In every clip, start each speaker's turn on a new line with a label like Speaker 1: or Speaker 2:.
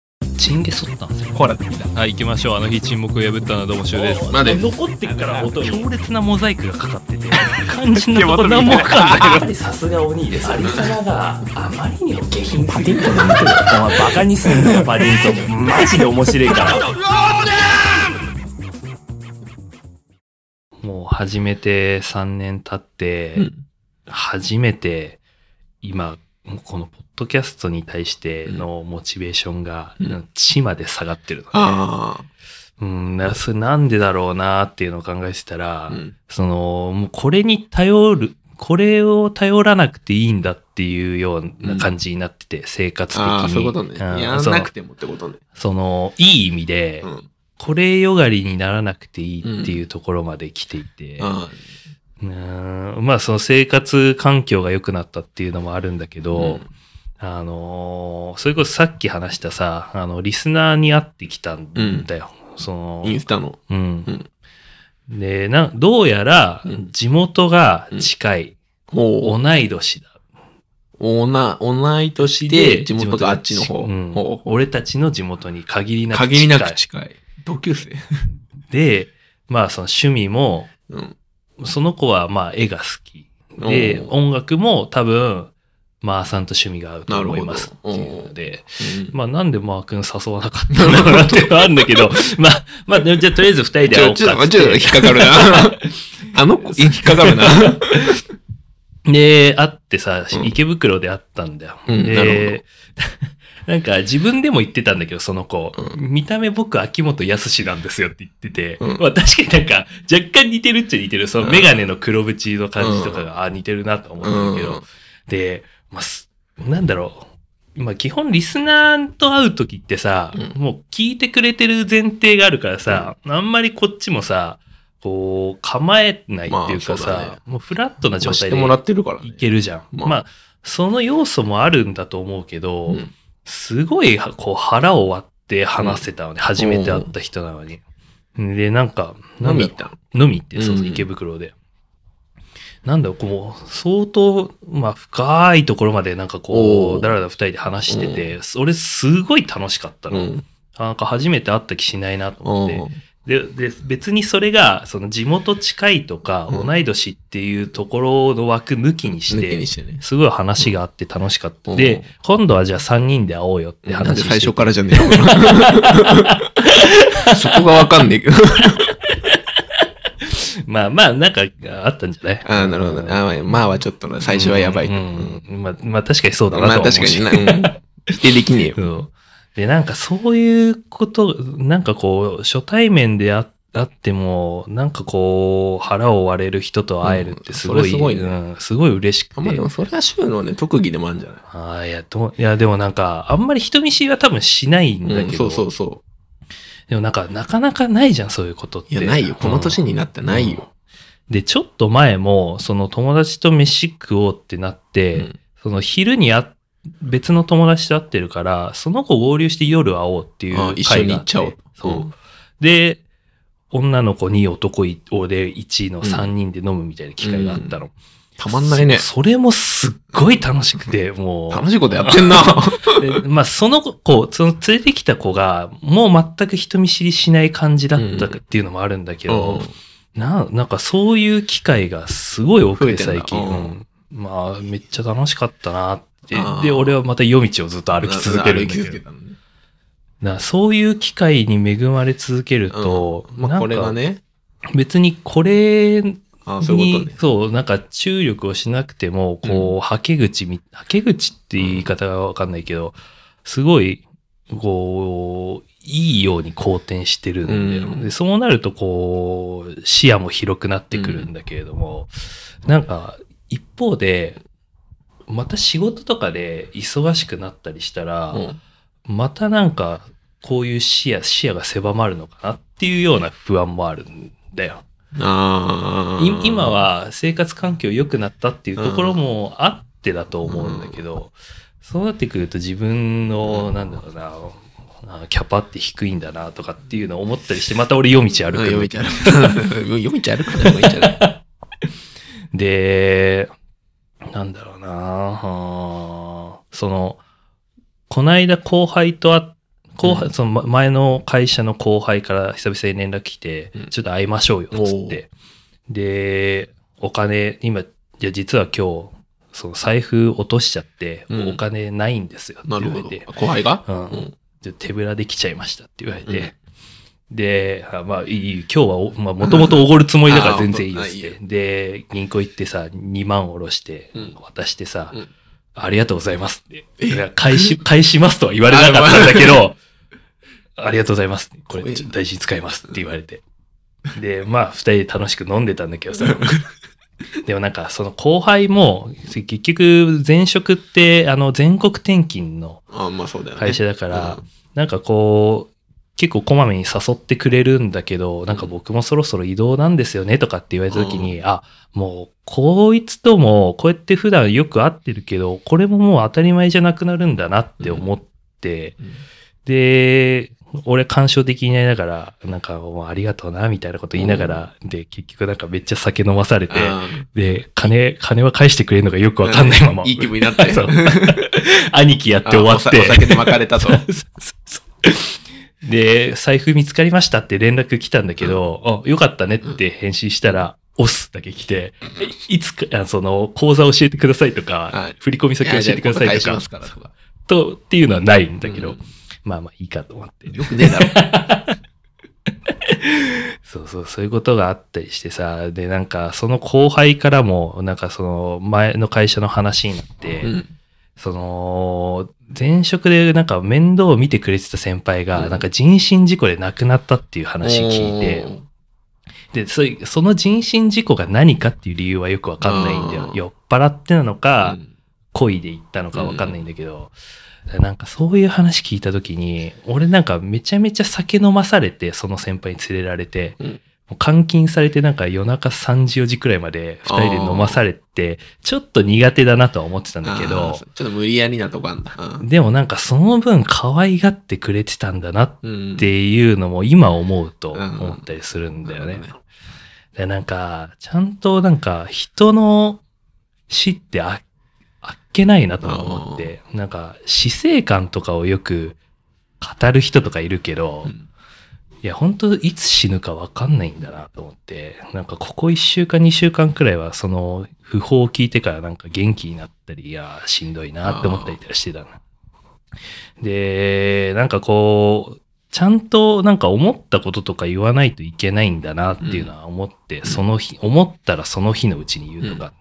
Speaker 1: そうなんですよ
Speaker 2: コーラできた
Speaker 3: はい行きましょうあの日沈黙を破ったのはどうもしゅうです
Speaker 4: まあね
Speaker 1: 残ってっから音に
Speaker 4: 強
Speaker 1: 烈なモザイクがかかってて感じのとこ何もわかんない
Speaker 5: やっぱりさすがお兄です。アリサナがあまりにも下品パディントンの見てる。お前バカにすんなよ、パディントン。マジで面白いから。
Speaker 3: もう始めて3年経って、
Speaker 4: うん
Speaker 3: 初めて今このポッドキャストに対してのモチベーションが、
Speaker 4: うん
Speaker 3: なんか地まで下がってるのね
Speaker 4: あ
Speaker 3: うん、なそれなんでだろうなっていうのを考えてた
Speaker 4: あ、
Speaker 3: ら、
Speaker 4: うん、
Speaker 3: そのもうこれに頼るこれを頼らなくていいんだっていうような感じになってて、生活的に
Speaker 4: ああそういうことね
Speaker 3: ん
Speaker 4: やん
Speaker 3: そ
Speaker 4: な
Speaker 3: の
Speaker 4: くてもってことね
Speaker 3: そのいい意味で、
Speaker 4: うん
Speaker 3: これよがりにならなくていいっていうところまで来ていて、
Speaker 4: あ
Speaker 3: うーんまあその生活環境が良くなったっていうのもあるんだけ
Speaker 4: あ
Speaker 3: ど、あのーそれこそさっき話したさ、あの、リスナーに会ってきたんだよ。その、
Speaker 4: インスタの
Speaker 3: うん。で、な、どうやら
Speaker 4: うん
Speaker 3: 地元が近い、
Speaker 4: ほう
Speaker 3: 同い年だ。
Speaker 4: おな同い年で地元があっちの
Speaker 3: 地
Speaker 4: 方、
Speaker 3: うん
Speaker 4: ほうほう
Speaker 3: 俺たちの地元に限りなく近い。
Speaker 4: 限りなく近い同級生
Speaker 3: で、まあその趣味も、
Speaker 4: うん
Speaker 3: その子はまあ絵が好き。で、
Speaker 4: おー
Speaker 3: 音楽も多分、まあさんと趣味が合うと思いますっていうので、
Speaker 4: うん
Speaker 3: まあなんでマー君誘わなかったのかなっていうのはあるんだけど、まあ、まあ、じゃあとりあえず二人で
Speaker 4: ち
Speaker 3: 会お
Speaker 4: ょ、
Speaker 3: う
Speaker 4: ちょ、
Speaker 3: かっ
Speaker 4: ちょ、
Speaker 3: て
Speaker 4: 引っかかる な。あの子、引っかかるな。
Speaker 3: で、会ってさ
Speaker 4: う、ん
Speaker 3: 池袋で会ったんだよ。
Speaker 4: うんなる
Speaker 3: で、なんか自分でも言ってたんだけど、その子、
Speaker 4: う
Speaker 3: 見た目僕秋元康なんですよって言ってて、
Speaker 4: うん
Speaker 3: まあ確かになんか若干似てるっちゃ似てる、そのメガネの黒縁の感じとかが、あ似てるなと思ったんだけど、
Speaker 4: うん
Speaker 3: で、まあ、すなんだろう。まあ、基本リスナーと会う時ってさ、
Speaker 4: うん
Speaker 3: もう聞いてくれてる前提があるからさ、あんまりこっちもさ、こう、構えないっていう
Speaker 4: まあそ
Speaker 3: かさ、
Speaker 4: うだね
Speaker 3: もうフラットな状
Speaker 4: 知
Speaker 3: 態
Speaker 4: っ
Speaker 3: で
Speaker 4: てもらってるからね
Speaker 3: い。けるじゃん。
Speaker 4: ま
Speaker 3: ま
Speaker 4: あ
Speaker 3: あ、その要素もあるんだと思うけど、
Speaker 4: うん
Speaker 3: すごい、はこう、腹を割って話せたのね、初めて会った人なのに。で、なんか、な
Speaker 4: 飲
Speaker 3: ん
Speaker 4: み
Speaker 3: だ
Speaker 4: 行ったの
Speaker 3: 飲み行って、そう
Speaker 4: う
Speaker 3: そ
Speaker 4: ん
Speaker 3: う、池袋で。なんだろう、こう、相当、まあ、深いところまで、なんかこ
Speaker 4: おー
Speaker 3: う、だらだら二人で話してて、それすごい楽しかったの。
Speaker 4: うん。
Speaker 3: なんか初めて会った気しないなと思って
Speaker 4: お。
Speaker 3: で、で別にそれが、その地元近いとか、
Speaker 4: うん
Speaker 3: 同い年っていうところの枠抜きにし
Speaker 4: 抜け
Speaker 3: て
Speaker 4: に、してね。
Speaker 3: すごい話があって楽しかった。
Speaker 4: うん
Speaker 3: で、今度はじゃあ3人で会おうよって
Speaker 4: なんで
Speaker 3: 話
Speaker 4: 最
Speaker 3: して
Speaker 4: 初からじゃ ねえのそこがわかんねえけど。
Speaker 3: まあまあ、なんかあったんじゃない
Speaker 4: ああ、なるほどね。あーまあはちょっとな、最初はやばい。
Speaker 3: う
Speaker 4: うん
Speaker 3: んうんまあ、まあ確かにそうだな
Speaker 4: まあ
Speaker 3: とは思う
Speaker 4: 確
Speaker 3: し
Speaker 4: かにな。うん否定できねえよ。
Speaker 3: そうで、なんかそういうこと、なんかこう、初対面でああっても、なんかこう、腹を割れる人と会えるってすご
Speaker 4: うんそれ
Speaker 3: い、
Speaker 4: すごいね
Speaker 3: うんすごい嬉しくて。
Speaker 4: あまあでもそれは週のね、特技でもあるんじゃない
Speaker 3: ああ、いや、どういや、でもなんか、あんまり人見知りは多分しないんだ
Speaker 4: うん
Speaker 3: けど、
Speaker 4: そうそうそ
Speaker 3: でもなんか、なかなかないじゃん、そういうことっ
Speaker 4: う。
Speaker 3: て。
Speaker 4: いや、ないよ。この年になってないよ。
Speaker 3: うん。で、ちょっと前も、その友達と飯食おうってなって、
Speaker 4: うん
Speaker 3: その昼にあ別の友達と会ってるから、その子合流して夜会おうっていう
Speaker 4: ああ
Speaker 3: 会
Speaker 4: 一緒に
Speaker 3: があ
Speaker 4: 行っちゃおう
Speaker 3: そう。
Speaker 4: うん
Speaker 3: で、女の子に男い俺1の3人で飲むみたいな機会があったの。
Speaker 4: たまんないね。
Speaker 3: そそれもすっごい楽しくて、もう。
Speaker 4: 楽しいことやってんな。
Speaker 3: でまあ、その子、その連れてきた子が、もう全く人見知りしない感じだったっていうのもあるんだけど、
Speaker 4: う
Speaker 3: な、なんかそういう機会がすごい多く
Speaker 4: 増え
Speaker 3: て
Speaker 4: てんだ
Speaker 3: 最近。
Speaker 4: う
Speaker 3: うんんまあ、めっちゃ楽しかったなって
Speaker 4: あ。ー
Speaker 3: で、俺はまた夜道をずっと
Speaker 4: ん
Speaker 3: 歩き続けるんだ
Speaker 4: 歩き続
Speaker 3: け
Speaker 4: け
Speaker 3: ど。
Speaker 4: たのね。
Speaker 3: なそういう機会に恵まれ続けると、
Speaker 4: うんまあこれが
Speaker 3: なんか
Speaker 4: ね。
Speaker 3: 別にこれに、
Speaker 4: ああ、そういうことね。
Speaker 3: そう、なんか注力をしなくても、こう、はけ口み、はけ口って言い方がわかんないけど、すごい、こう、いいように好転してるんだよ。
Speaker 4: うん
Speaker 3: でそうなると、こう、視野も広くなってくるんだけれども、なんか、一方で、また仕事とかで忙しくなったりしたら、
Speaker 4: うん
Speaker 3: またなんか、こういう視野、視野が狭まるのかなっていうような不安もあるんだよ。
Speaker 4: ああ
Speaker 3: い今は生活環境良くなったっていうところもあってだと思うんだけど、そうなってくると自分の、なんだろうな、あキャパって低いんだなとかっていうのを思ったりして、また俺夜道歩く
Speaker 4: 読
Speaker 3: の
Speaker 4: み ちゃう。読みちゃうか な、読みちゃう。
Speaker 3: で、なんだろうな、はーその、こないだ後輩と会っ後輩、そのま前の会社の後輩から久々に連絡来て、
Speaker 4: うん
Speaker 3: ちょっと会いましょうよ、つって。で、お金、今、いや、実は今日、その財布落としちゃって、
Speaker 4: うん
Speaker 3: お金ないんですよって
Speaker 4: なる
Speaker 3: 言わ
Speaker 4: ほ
Speaker 3: れ
Speaker 4: ど
Speaker 3: て、。
Speaker 4: 後輩が、
Speaker 3: うん
Speaker 4: うん
Speaker 3: じゃあ手ぶらで来ちゃいましたって言われて、で、あまあいい、今日はお、まあもともとおごるつもり だから全然いいですって。で、銀行行ってさ、2万下ろして
Speaker 4: うん、
Speaker 3: 渡してさ、
Speaker 4: うん
Speaker 3: ありがとうございますって。いや返し、返しますとは言われなかったんだけど、 ありがとうございます。これちょっと大事に使いますって言われて。で、まあ、二人で楽しく飲んでたんだけどさ。でもなんか、その後輩も、結局、前職って、あの、全国転勤の
Speaker 4: あまあそうだよね。
Speaker 3: 会社だから、
Speaker 4: うん
Speaker 3: なんかこう、結構こまめに誘ってくれるんだけど、なんか僕もそろそろ移動なんですよねとかって言われた時に、あ、もうこいつともこうやって普段よく会ってるけど、これももう当たり前じゃなくなるんだなって思って、
Speaker 4: うん
Speaker 3: で、俺感傷的になりながら、なんかもうありがとうなみたいなこと言いながら、で、結局なんかめっちゃ酒飲まされて、
Speaker 4: あ
Speaker 3: で、金、金は返してくれるのがよくわかんないまま。
Speaker 4: ーいい気分になって
Speaker 3: 。そう兄貴やって終わっ
Speaker 4: あお
Speaker 3: て。
Speaker 4: お酒で巻かれた と。
Speaker 3: で、財布見つかりましたって連絡来たんだけど、あ、よかったねって返信したら、押すだけ来て、いつか、あその、口座教えてくださいと
Speaker 4: は
Speaker 3: か
Speaker 4: い、
Speaker 3: 振り込み先教えてくださ
Speaker 4: いや
Speaker 3: い
Speaker 4: じゃあ今度返します
Speaker 3: と
Speaker 4: か
Speaker 3: か、
Speaker 4: らとか。
Speaker 3: と、っていうのはないんだけ
Speaker 4: う
Speaker 3: ど
Speaker 4: ん、
Speaker 3: まあまあいいかと思って。
Speaker 4: よくねえだろ。
Speaker 3: そうそう、そういうことがあったりしてさ、で、なんか、その後輩からも、なんかその、前の会社の話になって、
Speaker 4: うん
Speaker 3: その、前職でなんか面倒を見てくれてた先輩が、
Speaker 4: うん
Speaker 3: なんか人身事故で亡くなったっていう話聞いて、で、そいその人身事故が何かっていう理由はよくわかんないんだよ
Speaker 4: う。ん
Speaker 3: 酔っ払ってなのか、
Speaker 4: うん
Speaker 3: 恋で行ったのかわかんないんだけど、なんかそういう話聞いた時に、俺なんかめちゃめちゃ酒飲まされて、その先輩に連れられて、
Speaker 4: うん
Speaker 3: もう監禁されてなんか夜中3時4時くらいまで2人で飲まされて、ちょっと苦手だなとは思ってたんだ
Speaker 4: あ
Speaker 3: け
Speaker 4: ー
Speaker 3: ど、
Speaker 4: ちょっと無理やりなとこあんだ。うん
Speaker 3: でもなんかその分可愛がってくれてたんだなっ
Speaker 4: うん
Speaker 3: ていうのも今思うと
Speaker 4: うん
Speaker 3: 思ったりするんだよね。
Speaker 4: なるほ
Speaker 3: でなんか、ちゃんとなんか人の死ってああっけないなと思って、なんか死生観とかをよく語る人とかいるけど、
Speaker 4: うん
Speaker 3: いや本当いつ死ぬかわかんないんだなと思って、なんかここ1週間2週間くらいはその訃報を聞いてからなんか元気になったり、いやーしんどいなって思ったりとかしてたな。で、なんかこう、ちゃんとなんか思ったこととか言わないといけないんだなっていうのは思って、その日、思ったらその日のうちに言うとか。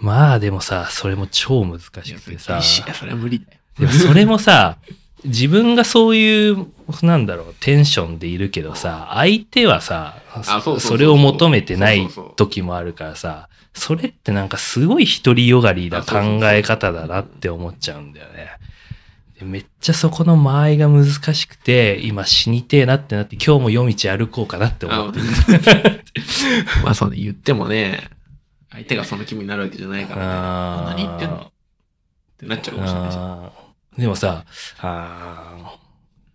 Speaker 3: まあでもさ、それも超難し
Speaker 4: いや
Speaker 3: く
Speaker 4: そ
Speaker 3: て
Speaker 4: れ
Speaker 3: さ
Speaker 4: 厳。しいいやそれは無理だよ。
Speaker 3: でもそれもさ、自分がそういう、なんだろう、テンションでいるけどさ、相手はさ、
Speaker 4: そうそうそうそう
Speaker 3: それを求めてない
Speaker 4: そうそうそう
Speaker 3: 時もあるからさ、それってなんかすごい独りよがりな考え方だなって思っちゃうんだよね。でめっちゃそこの間合いが難しくて、今死にてえなってなって、今日も夜道歩こうかなって思
Speaker 4: あ
Speaker 3: う。
Speaker 4: まあそうね、言ってもね、相手がその気分になるわけじゃないからね。
Speaker 3: あー
Speaker 4: 何言ってんのってなっちゃうかもしれないじゃん。
Speaker 3: あーでもさ、あ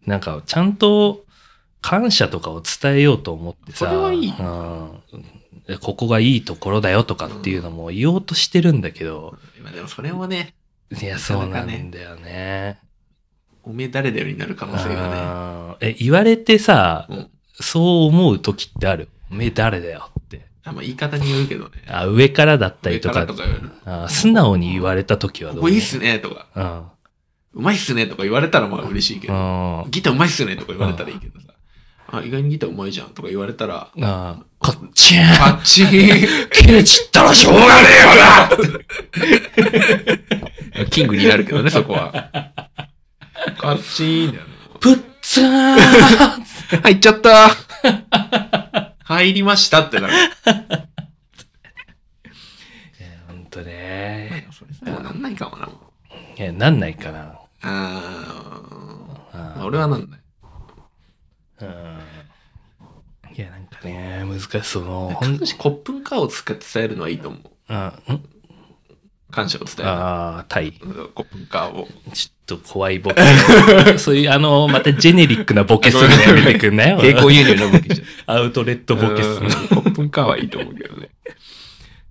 Speaker 3: ーなんかちゃんと感謝とかを伝えようと思ってさ、
Speaker 4: それはいい
Speaker 3: うんここがいいところだよとかっていうのも言おうとしてるんだけど、
Speaker 4: まあでもそれもね、
Speaker 3: いや、そうなんだよね。
Speaker 4: おめえ誰だよになる可能性がね。
Speaker 3: あーえ言われてさ、
Speaker 4: うん
Speaker 3: そう思う時ってあるおめえ誰だよって。
Speaker 4: あまあ言い方によるけどね。
Speaker 3: あ上からだった
Speaker 4: 上
Speaker 3: りと
Speaker 4: から
Speaker 3: か
Speaker 4: とか言われる。
Speaker 3: あー素直に言われた時は
Speaker 4: こ
Speaker 3: どう
Speaker 4: こいいっすねとか、
Speaker 3: うん
Speaker 4: うまいっすねとか言われたらまあ嬉しいけ
Speaker 3: う
Speaker 4: ど、
Speaker 3: ん
Speaker 4: ギターうまいっすねとか言われたらいいけどさ、あ、意外にギターうまいじゃんとか言われたら、
Speaker 3: あーこっちや
Speaker 4: パッチーン
Speaker 3: 切れちったらしょうがね
Speaker 4: キングになるけどね、そこは。カッチーンだよね。
Speaker 3: ぶっつーん
Speaker 4: 入っちゃった入りましたってなる。
Speaker 3: ほんとね。
Speaker 4: それさ、なんないかもな。もう
Speaker 3: いや、なんないかな。
Speaker 4: あ
Speaker 3: あ
Speaker 4: ー
Speaker 3: ー
Speaker 4: まあ、俺はなんない。
Speaker 3: うんいや、なんかね、難しそう。ほん
Speaker 4: 感謝、コップンカーを使って伝えるのはいいと思う。
Speaker 3: あ、ん
Speaker 4: 感謝を伝える。
Speaker 3: あー、タイ。
Speaker 4: コップンカーを。
Speaker 3: ちょっと怖いボケ。そういう、あの、またジェネリックなボケするのやめてくん なよ。
Speaker 4: 輸入のボ ケじゃん。
Speaker 3: アウトレットボケするの。い
Speaker 4: コップンカーはいいと思うけどね。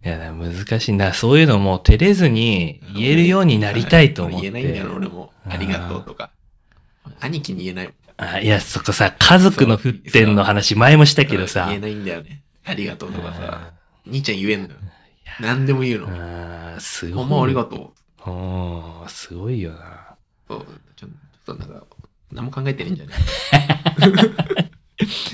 Speaker 3: や、難しいな。そういうのも照れずに言えるようになりたいと思って。
Speaker 4: 言えないんだよ、俺も。ありがとうとか。兄貴に言えないもん。
Speaker 3: あいや、そこさ、家族の沸点の話前もしたけどさ
Speaker 4: 言え、ないんだよね。ありがとうとかさ。兄ちゃん言えんのよ。何でも言うの。
Speaker 3: あーす
Speaker 4: ほ
Speaker 3: ごい。
Speaker 4: んまありがと
Speaker 3: おーすごいよな。
Speaker 4: う。そうちょちょっとなんか、何も考えてないんじゃない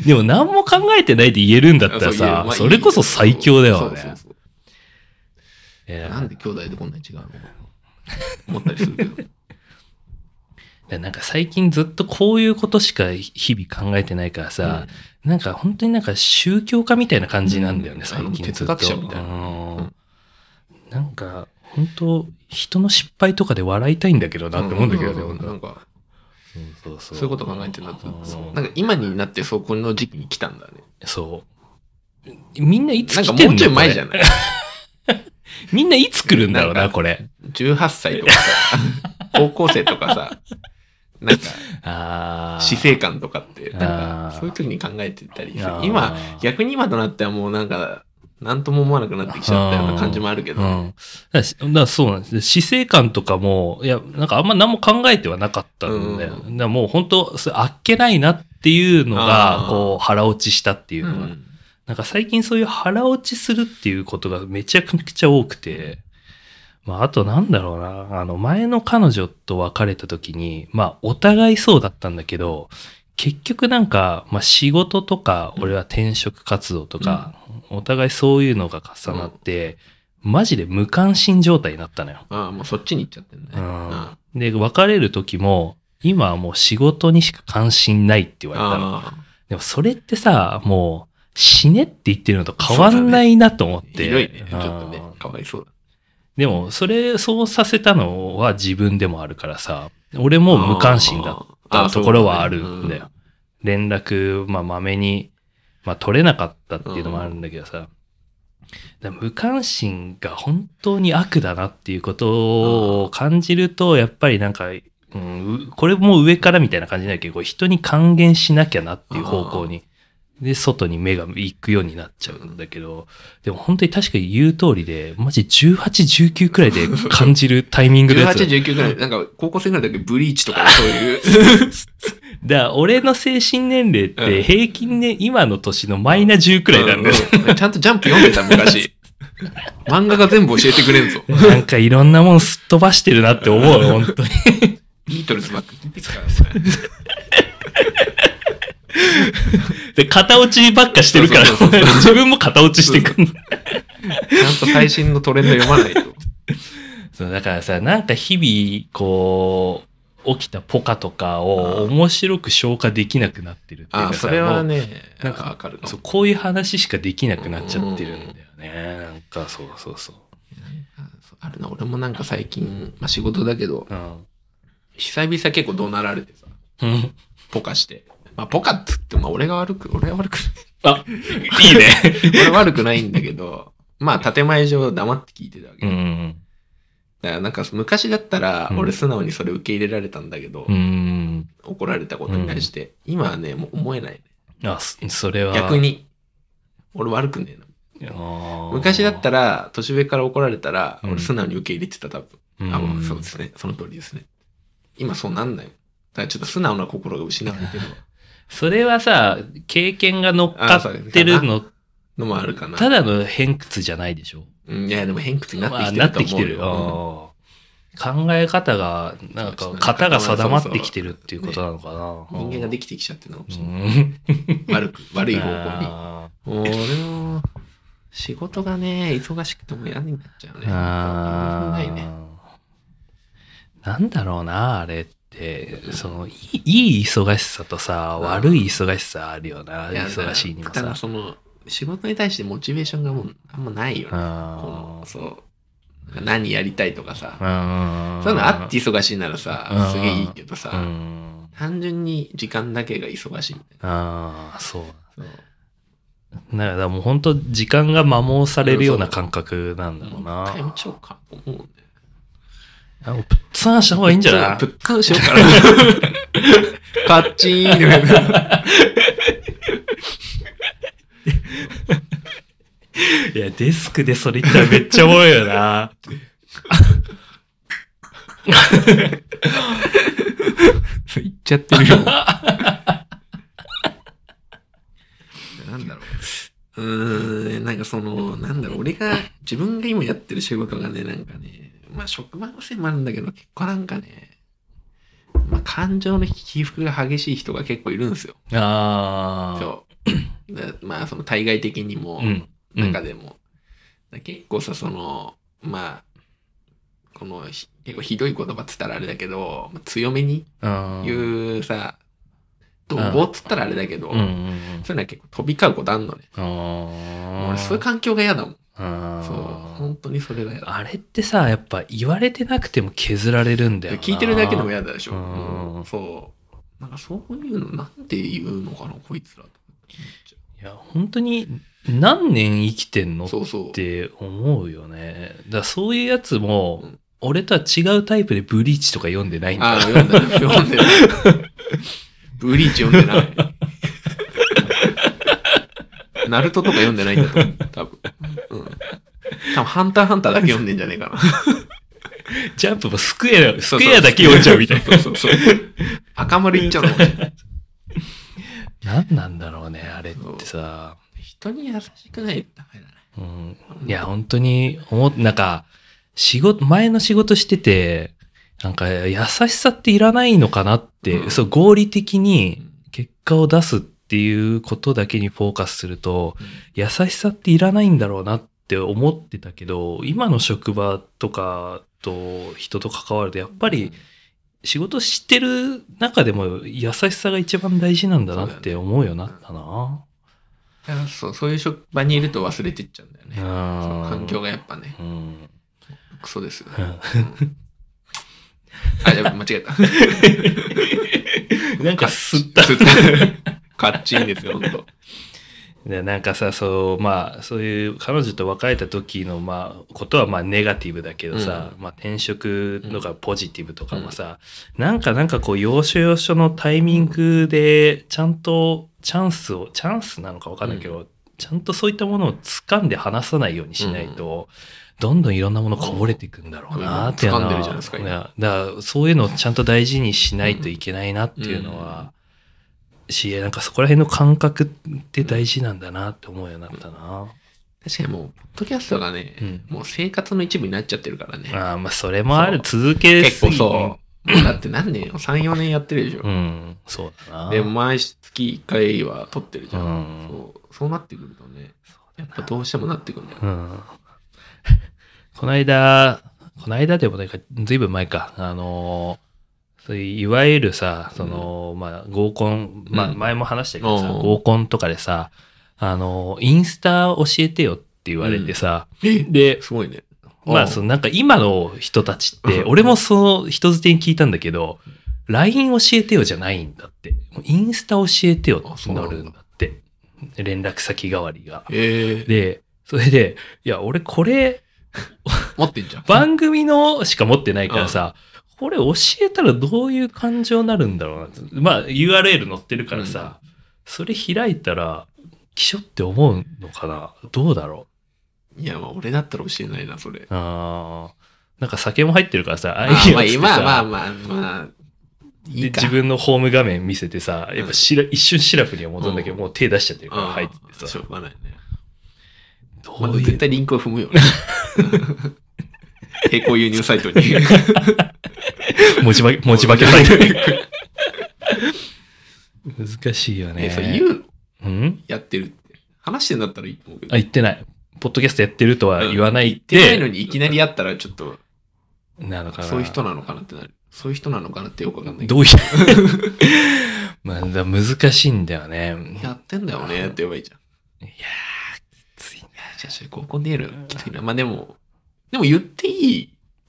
Speaker 3: でも何も考えてないで言えるんだった
Speaker 4: そう
Speaker 3: ら
Speaker 4: 言える
Speaker 3: さ
Speaker 4: ま、あ
Speaker 3: それこそ最強だ
Speaker 4: そ
Speaker 3: よ
Speaker 4: うそう
Speaker 3: ね。
Speaker 4: そう
Speaker 3: いや
Speaker 4: なんで兄弟でこんなに違うの思ったりするけど。
Speaker 3: なんか最近ずっとこういうことしか日々考えてないからさ、なんか本当になんか宗教家みたいな感じなんだよね、
Speaker 4: うん
Speaker 3: 最近
Speaker 4: 哲
Speaker 3: ずっと。
Speaker 4: 学者みたいな
Speaker 3: うん
Speaker 4: うん
Speaker 3: なんか本当人の失敗とかで笑いたいんだけどなって思うんだけどね、
Speaker 4: う
Speaker 3: 本当
Speaker 4: なんか、
Speaker 3: そうそ
Speaker 4: そ
Speaker 3: う
Speaker 4: ういうこと考えてるんだと
Speaker 3: うん
Speaker 4: そうなんか今になってそこの時期に来たんだね。
Speaker 3: そう。みんないつ
Speaker 4: なん
Speaker 3: 来
Speaker 4: か
Speaker 3: て
Speaker 4: も
Speaker 3: んの
Speaker 4: うちょい前じゃ
Speaker 3: こ
Speaker 4: ない
Speaker 3: れみんないつ来るんだろう
Speaker 4: な
Speaker 3: な、
Speaker 4: んか
Speaker 3: これ。
Speaker 4: 18歳とか さ、高校生とかさ、なんか、
Speaker 3: あー
Speaker 4: 死生観とかって、な
Speaker 3: あ
Speaker 4: ん
Speaker 3: ー
Speaker 4: か、そういう時に考えてたりする
Speaker 3: あー
Speaker 4: 今、逆に今となってはもうなんか、なんとも思わなくなってきちゃったような感じもあるけど、
Speaker 3: うん。だしだからそうなんです。死生観とかも、いや、なんかあんま何も考えてはなかったんだよ。
Speaker 4: う
Speaker 3: だからもう本当、それあっけないなっていうのが
Speaker 4: あ、ー
Speaker 3: こう、腹落ちしたっていう
Speaker 4: う
Speaker 3: のが。
Speaker 4: ん
Speaker 3: なんか最近そういう腹落ちするっていうことがめちゃくちゃ多くて、まあ、あとなんだろうな、あの、前の彼女と別れた時に、まあ、お互いそうだったんだけど、結局なんか、まあ、仕事とか、俺は転職活動とか、お互いそういうのが重なって、マジで無関心状態になったのよ。
Speaker 4: ああ、もうそっちに行っちゃってんね。
Speaker 3: うん
Speaker 4: あ
Speaker 3: で、別れる時も、今はもう仕事にしか関心ないって言われたの。
Speaker 4: あ
Speaker 3: でもそれってさ、もう死ねって言ってるのと変わんないなと思って。
Speaker 4: ー、ひどいね。ちょっとね
Speaker 3: あー、
Speaker 4: かわいそうだ。
Speaker 3: でもそれ、そうさせたのは自分でもあるからさ、俺も無関心だっ
Speaker 4: あ
Speaker 3: た
Speaker 4: ー
Speaker 3: ところはあるんだ。
Speaker 4: あー
Speaker 3: よ。連絡、まあ、まめに、まあ、取れなかったっていうのもあるんだけどさ、だから無関心が本当に悪だなっていうことを感じると、やっぱりなんか、うん、うこれもう上からみたいな感じだけど、こう人に還元しなきゃなっていう方向に、で、外に目が行くようになっちゃうんだけど、でも本当に確かに言う通りで、マジ18、19くらいで感じるタイミングのやつ
Speaker 4: 18、19ぐらい、なんか、高校生ぐらいだけブリーチとかそういう。
Speaker 3: だから俺の精神年齢っ
Speaker 4: う
Speaker 3: て
Speaker 4: ん
Speaker 3: 平均ね、今の年のマイナ10くらいなんだよ。
Speaker 4: うんうんちゃんとジャンプ読んでた、昔。漫画が全部教えてくれんぞ。
Speaker 3: なんかいろんなもんすっ飛ばしてるなって思う、本当に。
Speaker 4: ビートルズばっかり。
Speaker 3: で、片落ちばっかしてるから、
Speaker 4: そうそうそうそう
Speaker 3: 自分も片落ちしてくんの。
Speaker 4: ちゃんと最新のトレンド読ま ないと。
Speaker 3: そう、だからさ、なんか日々、こう、起きたポカとかを面白く消化できなくなってるっていう
Speaker 4: あ
Speaker 3: か
Speaker 4: あ、
Speaker 3: さ、
Speaker 4: それは
Speaker 3: もう
Speaker 4: ね、な
Speaker 3: な
Speaker 4: んん
Speaker 3: か
Speaker 4: かわかるかも
Speaker 3: そうこういう話しかできなくなっちゃってるんだよね。なんか、そうそうそう。
Speaker 4: あそうあるな、俺もなんか最近、まあ仕事だけど、
Speaker 3: うん。
Speaker 4: 久々結構怒鳴られてさ、
Speaker 3: うん
Speaker 4: ポカして。まあポカっつって、まあ俺が悪く、俺は悪く
Speaker 3: あ、いいね。
Speaker 4: ない、俺は悪くないんだけど、 まあ建前上黙って聞いてたわけ。
Speaker 3: う
Speaker 4: だか
Speaker 3: ん。
Speaker 4: らなんか昔だったら
Speaker 3: う、ん
Speaker 4: 俺素直にそれ受け入れられたんだけど、
Speaker 3: うん。
Speaker 4: 怒られたことに対して、今はね、もう思えないね。
Speaker 3: あ、そそれは。
Speaker 4: 逆に、俺悪くねえな。昔だったら、年上から怒られたら、
Speaker 3: うん
Speaker 4: 俺素直に受け入れてた、多分。
Speaker 3: ら
Speaker 4: あ、もうそうですね。その通りですね。今そうなんない。だからちょっと素直な心が失われてるわ
Speaker 3: それはさ、経験が乗っかってるの、
Speaker 4: のもあるかな。
Speaker 3: ただの偏屈じゃないでしょ。
Speaker 4: うんいや、でも偏屈にな
Speaker 3: まあ
Speaker 4: ってきてると思うよ。
Speaker 3: よ。うん考え方が、なんか
Speaker 4: そう、ですね
Speaker 3: 型が定まってきてるっていうことなのか
Speaker 4: う
Speaker 3: な。
Speaker 4: ん人間がで
Speaker 3: き
Speaker 4: きてきちゃってるのかもしれない。
Speaker 3: る。
Speaker 4: 悪く、悪い方向
Speaker 3: あ
Speaker 4: に。もう俺も、仕事がね、忙しくても嫌になっちゃうね。
Speaker 3: ーあ
Speaker 4: な
Speaker 3: ー
Speaker 4: いね。
Speaker 3: なんだろうな、あれって。その、いいいい忙しさとさ、悪い忙しさあるよな、
Speaker 4: いや
Speaker 3: 忙しいに
Speaker 4: だ
Speaker 3: も
Speaker 4: か
Speaker 3: さ
Speaker 4: ら。その、仕事に対してモチベーションがもう、あんまないよね。この
Speaker 3: あ
Speaker 4: そうなんか何やりたいとかさ、
Speaker 3: あ
Speaker 4: そういうのあって忙しいならさ、
Speaker 3: うん
Speaker 4: すげえいいけどさ、
Speaker 3: うん。
Speaker 4: 単純に時間だけが忙しいみたい
Speaker 3: ああ、そう。
Speaker 4: な
Speaker 3: だからもう本当時間が摩耗されるような感覚なんだろう
Speaker 4: もう一回見
Speaker 3: な。
Speaker 4: ちゃおうかと思うね
Speaker 3: あもうプッツァンした方がいいんじゃない
Speaker 4: ぶっかんしよ うかなカッチーンってね
Speaker 3: いや、デスクでそれ言ったらめっちゃおもろいよ な。
Speaker 4: 一ちゃってる よ。なんだろう。うーん、なんかその、なんだろう、俺が、自分が今やってる仕事がね、なんかね、まあ職場のせいもあるんだけど、結構なんかね、まあ感情の起伏が激しい人が結構いるんですよ。
Speaker 3: ああ。
Speaker 4: そう。だまあその対外的にも、
Speaker 3: うん。うん
Speaker 4: 中でも、だ結構さそのまあこのひ結構ひどい言葉っつったらあれだけど強めに
Speaker 3: あー
Speaker 4: 言うさ怒号っつったらあれだけど、
Speaker 3: うんうんうん。
Speaker 4: そういうのは結構飛び交うことあんのね
Speaker 3: あー
Speaker 4: 俺そういう環境が嫌だもん
Speaker 3: あー
Speaker 4: そう本当にそれが嫌だ
Speaker 3: あれってさ、やっぱ言われてなくても削られるんだよな。
Speaker 4: 聞いてるだけでも嫌だでしょ、
Speaker 3: うん
Speaker 4: うんそうなんかそういうのなんて言うのかなこいつらと
Speaker 3: いや、本当に何年生きてんのっ
Speaker 4: そうそう
Speaker 3: て思うよね。だからそういうやつも、
Speaker 4: うん
Speaker 3: 俺とは違うタイプでブリーチとか読んでないん
Speaker 4: ああ
Speaker 3: だ。
Speaker 4: 読んでない読んでないブリーチ読んでないナルトとか読んでないんだと思う多分、うん、多分ハンターハンターだけ読んでんじゃねえかな
Speaker 3: ジャンプもスクエア、スクエアだけ読んじゃうみたい な。
Speaker 4: そうそうそう赤丸いっちゃうの
Speaker 3: 何なんだろうね、あれってさ。
Speaker 4: 人に優しくないダメだね
Speaker 3: うん、いや、本当に思っ、なんか、仕事、前の仕事してて、なんか優しさっていらないのかなって、
Speaker 4: うん
Speaker 3: そう、合理的に結果を出すっていうことだけにフォーカスすると、
Speaker 4: うん
Speaker 3: 優しさっていらないんだろうなって思ってたけど、今の職場とかと人と関わると、やっぱり仕事してる中でも優しさが一番大事なんだなって思うようになったな。
Speaker 4: いやそうそういう職場にいると忘れてっちゃうんだよねその環
Speaker 3: 環
Speaker 4: 境がやっぱね
Speaker 3: うん。
Speaker 4: クソですよね、
Speaker 3: うん
Speaker 4: うんあやべ間違えた
Speaker 3: なんか吸った。
Speaker 4: 吸ったカッチンですよほんと
Speaker 3: でなんかさそうまあそういう彼女と別れた時のまあことはまあネガティブだけどさ、まあ、転職とかポジティブとかもさ、なんかなんかこう要所要所のタイミングでちゃんとチャンスをチャンスなのか分かんないけど、ちゃんとそういったものを掴んで離さないようにしないと、どんどんいろんなものこぼれていくんだろうなっていうの
Speaker 4: う
Speaker 3: は
Speaker 4: ん掴んでるじゃないですか今
Speaker 3: やだからそういうのをちゃんと大事にしないといけないなっていうのは。し、なんかそこら辺の感覚って大事なんだなって思うようになったな。
Speaker 4: 確かにもう、ポッドキャストがね、
Speaker 3: うん
Speaker 4: もう生活の一部になっちゃってるからね。
Speaker 3: ああ、まあそれもある。続け
Speaker 4: 結
Speaker 3: す
Speaker 4: 構
Speaker 3: ぎ
Speaker 4: そう。だって何年 ?3、4年やってるでしょ。
Speaker 3: うん、そうだな。
Speaker 4: で、毎月1回は撮ってるじゃん。
Speaker 3: うん
Speaker 4: そうそうなってくるとね、やっぱどうしてもなってくるんだよ。
Speaker 3: うん。 この間、この間でもなんか、ずいぶん前か、あのーそういういわゆるさ、その、まあ、合コン、まあ、
Speaker 4: うん
Speaker 3: 前も話したけどさ、
Speaker 4: おう
Speaker 3: 合コンとかでさ、あのーインスタ教えてよって言われてさ、で、
Speaker 4: すごいね。
Speaker 3: まあ、そのなんか今の人たちって、俺もその人づてに聞いたんだけど、LINE 教えてよじゃないんだって。もうインスタ教えてよ
Speaker 4: あ
Speaker 3: って
Speaker 4: そうな
Speaker 3: なん
Speaker 4: だ
Speaker 3: るんだって。連絡先代わりが。
Speaker 4: ええ
Speaker 3: で、それで、いや、俺これ、
Speaker 4: 持ってんじゃん。
Speaker 3: 番組のしか持ってないからさ、これ教えたらどういう感情になるんだろうなって。まあ、URL 載ってるからさ、それ開いたら、気象って思うのかなどうだろう
Speaker 4: いや、まあ、俺だったら教えないな、それ。
Speaker 3: ああ。なんか酒も入ってるからさ、あ
Speaker 4: あ
Speaker 3: あいう
Speaker 4: まあ、
Speaker 3: やつってさ
Speaker 4: 今はまあまあ、まあ、い
Speaker 3: で
Speaker 4: いか。
Speaker 3: 自分のホーム画面見せてさ、やっぱしら、一瞬シラフには戻るんだけど、
Speaker 4: う
Speaker 3: もう手出しちゃってるから
Speaker 4: うん
Speaker 3: 入ってて
Speaker 4: し
Speaker 3: さ
Speaker 4: ょ、うがないね。
Speaker 3: ど
Speaker 4: まあ、
Speaker 3: うい
Speaker 4: 絶
Speaker 3: う、
Speaker 4: 対リンクを踏む よね。並行輸入サイトに。
Speaker 3: 持ちばけ、持ちばけ ない。難しいよね。
Speaker 4: え、それ言うの
Speaker 3: うん
Speaker 4: やってるって。話してんだったらいいと思うけど。
Speaker 3: あ、言ってない。ポッドキャストやってるとは言わない
Speaker 4: 言ってないの
Speaker 3: で、
Speaker 4: にいきなりやったらちょっと、
Speaker 3: なのかな。
Speaker 4: そういう人なのかなってなる。そういう人なのかなってよくわかんないけど。
Speaker 3: どういう、 まあ、だ難しいんだよね。
Speaker 4: やってんだよねって言えばいいじゃん。
Speaker 3: いやー、ついな。
Speaker 4: じゃあ、それ高校でやるのきついな。まあでも、でも言っていい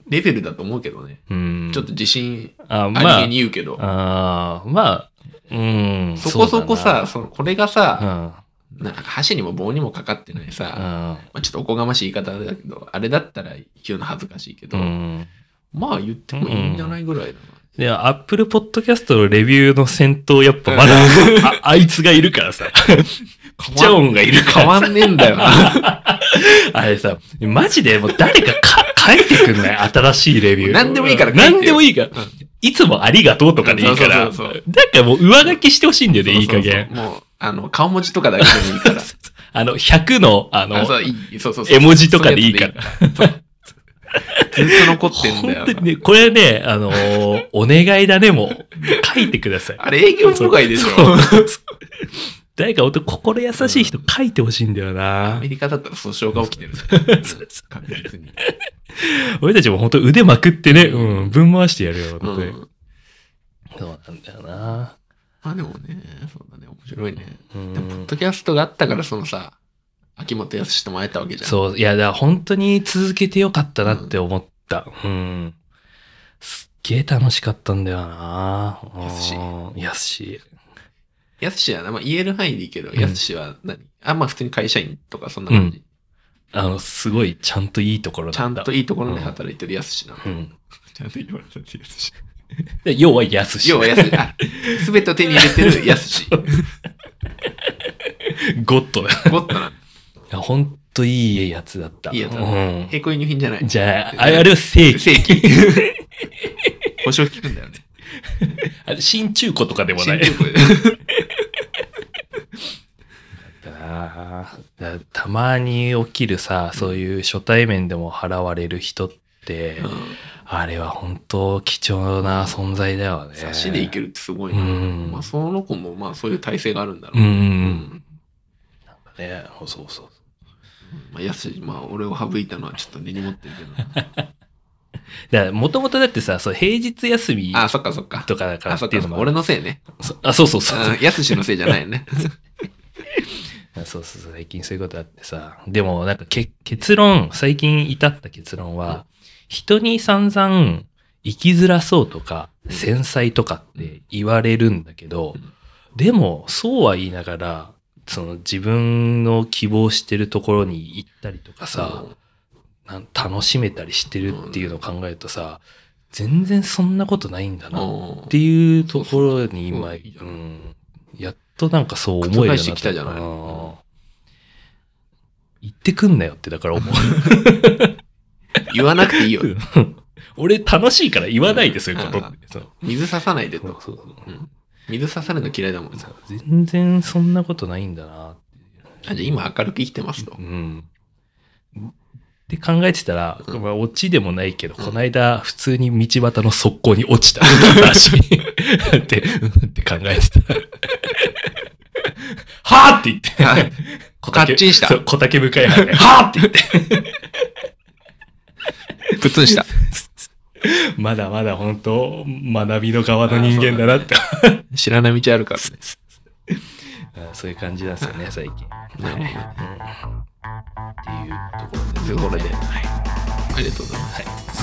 Speaker 4: レベルだと思うけどね。
Speaker 3: うん。
Speaker 4: ちょっと、自信
Speaker 3: あ、ま
Speaker 4: あ
Speaker 3: あ
Speaker 4: りげ、に言うけど。
Speaker 3: ああ、まあ、うん。
Speaker 4: そこそこ
Speaker 3: うだ
Speaker 4: さ、そのこれがさ、
Speaker 3: な、
Speaker 4: なんか箸にも棒にもかかってないさ、ま
Speaker 3: うん。
Speaker 4: あ、ちょっとおこがましい言い方だけど、あれだったら言うの恥ずかしいけ
Speaker 3: う
Speaker 4: ど、
Speaker 3: ん。
Speaker 4: まあ言ってもいいんじゃないぐらいだな。
Speaker 3: いや、アップルポッドキャストのレビューの先頭、やっぱまだ、あ、あいつがいるか らさ。ピチャ オンがいるか
Speaker 4: 変
Speaker 3: ら。
Speaker 4: わんねえんだよな。
Speaker 3: あれさ、マジでもう誰かか書いてくん ない新しいレビュー。
Speaker 4: 何でもいいから書いてよ
Speaker 3: 何でもいいから。いつもありがとうとかでいいから。
Speaker 4: そうそうそうそう
Speaker 3: なんかもう上書きしてほしいんだよね、いい加
Speaker 4: そう
Speaker 3: 減。
Speaker 4: そうそうもう、あの、顔文字とかだけでいいから。
Speaker 3: あの、100の、あの、
Speaker 4: あそういいそうそうそう
Speaker 3: 絵文字とかでいいから
Speaker 4: そういうやつでいいからそうずっと残ってんだよ
Speaker 3: 本当に
Speaker 4: な。
Speaker 3: ね、これね、あ のーお願いだね、もう。書いてください。
Speaker 4: あれ営業妨害でしょ。
Speaker 3: 誰か本当心優しい人書いてほしいんだよ
Speaker 4: ア
Speaker 3: な
Speaker 4: メ。リカだったら訴訟が起きてる。確実に。
Speaker 3: 俺たちも本当腕まくってね、うん、ぶん回してやるよ、
Speaker 4: う
Speaker 3: 本当に
Speaker 4: ん
Speaker 3: そうなんだよな。
Speaker 4: まあでもね、そうだね、面白いね。
Speaker 3: うん
Speaker 4: でも、ポッドキャストがあったから、そのさ、秋元康とも会えたわけじゃん。
Speaker 3: そう、いや、だから本当に続けてよかったなって思った。うん。すっげえ楽しかったんだよな。
Speaker 4: やすし
Speaker 3: うん。やすし。
Speaker 4: やすしはな、まあ、言える範囲でいいけど、
Speaker 3: ん
Speaker 4: やすしは何あ、まあ普通に会社員とかそんな感じ。
Speaker 3: あの、すごい、ちゃんといいところ
Speaker 4: ちゃ
Speaker 3: なん
Speaker 4: ん
Speaker 3: だ。
Speaker 4: といいところで働いてるやすしなの。
Speaker 3: うん。
Speaker 4: ちゃんと言われてるやすし。
Speaker 3: で要はやすし。
Speaker 4: 要はやすし、あ、すべてを手に入れてるやすし。
Speaker 3: ゴッドだ。い
Speaker 4: もっとな、
Speaker 3: や、ほんといいやつだった。
Speaker 4: いいやつだ
Speaker 3: うん。
Speaker 4: 平行輸入品じゃない。
Speaker 3: じゃあ、あれあれは正規。
Speaker 4: 正規。 保証聞くんだよね。
Speaker 3: あれ新中古とかでもない。
Speaker 4: 新 宿で
Speaker 3: あーたまに起きるさ、そういう初対面でも払われる人って、あれは本当貴重な存在だよね。
Speaker 4: 差しでいけるってすごいうな。
Speaker 3: ん
Speaker 4: まあその子もまあそういう体制があるんだ
Speaker 3: う
Speaker 4: ろ
Speaker 3: ん
Speaker 4: う
Speaker 3: う。
Speaker 4: うんん
Speaker 3: うん。ね、そうそうそう。
Speaker 4: まあ、やすし、まあ俺を省いたのはちょっと根に持ってるけどな。
Speaker 3: だから、もともとだってさ、そう平日休み
Speaker 4: あ、そっかそっか。
Speaker 3: とかだから
Speaker 4: あ、そ
Speaker 3: っ
Speaker 4: って
Speaker 3: い
Speaker 4: かそ
Speaker 3: うの
Speaker 4: っ
Speaker 3: も
Speaker 4: か。俺のせいね。
Speaker 3: そあ、そうそうそう。
Speaker 4: うんやすしのせいじゃないよ ね。
Speaker 3: そうそうそう、最近そういうことあってさ。でも、なんかけ結論、最近至った結論は、人に散々生きづらそうとか、繊細とかって言われるんだけど
Speaker 4: うん、
Speaker 3: でも、そうは言いながら、その自分の希望してるところに行ったりとかさ、なん楽しめたりしてるっていうのを考えるとさ、全然そんなことないんだ
Speaker 4: う
Speaker 3: なっ
Speaker 4: ん。
Speaker 3: ていうところに今、、
Speaker 4: そううそうん
Speaker 3: やっとなんかそう思えるようにな
Speaker 4: 覆してきたじゃない
Speaker 3: うん言ってくんなよってだから思う。
Speaker 4: 言わなくていいよ。
Speaker 3: 俺楽しいから言わないでそういうこと
Speaker 4: う
Speaker 3: っ
Speaker 4: ん
Speaker 3: て。そう
Speaker 4: 水刺さないで
Speaker 3: そう
Speaker 4: と。
Speaker 3: そうそう
Speaker 4: 水刺されるの嫌いだもんさ。
Speaker 3: 全然そんなことないんだなって。
Speaker 4: あじゃあ今明るく生きてますと
Speaker 3: う。ん。って考えてたら、まあ、落ちでもないけど、こないだ普通に道端の側溝に落ちた 足って、うんって考えてたら。はぁって言って。
Speaker 4: はい
Speaker 3: 小竹
Speaker 4: カッチンした
Speaker 3: そう小竹深い派で、 はぁって言って。
Speaker 4: プツン した。
Speaker 3: まだまだ本当、学びの側の人間だな って。
Speaker 4: 知らない道あるからね。
Speaker 3: うんそういう感じなんですよね、最近。
Speaker 4: はい
Speaker 3: っていうところで
Speaker 4: ということで、ありがとうございます。
Speaker 3: はい。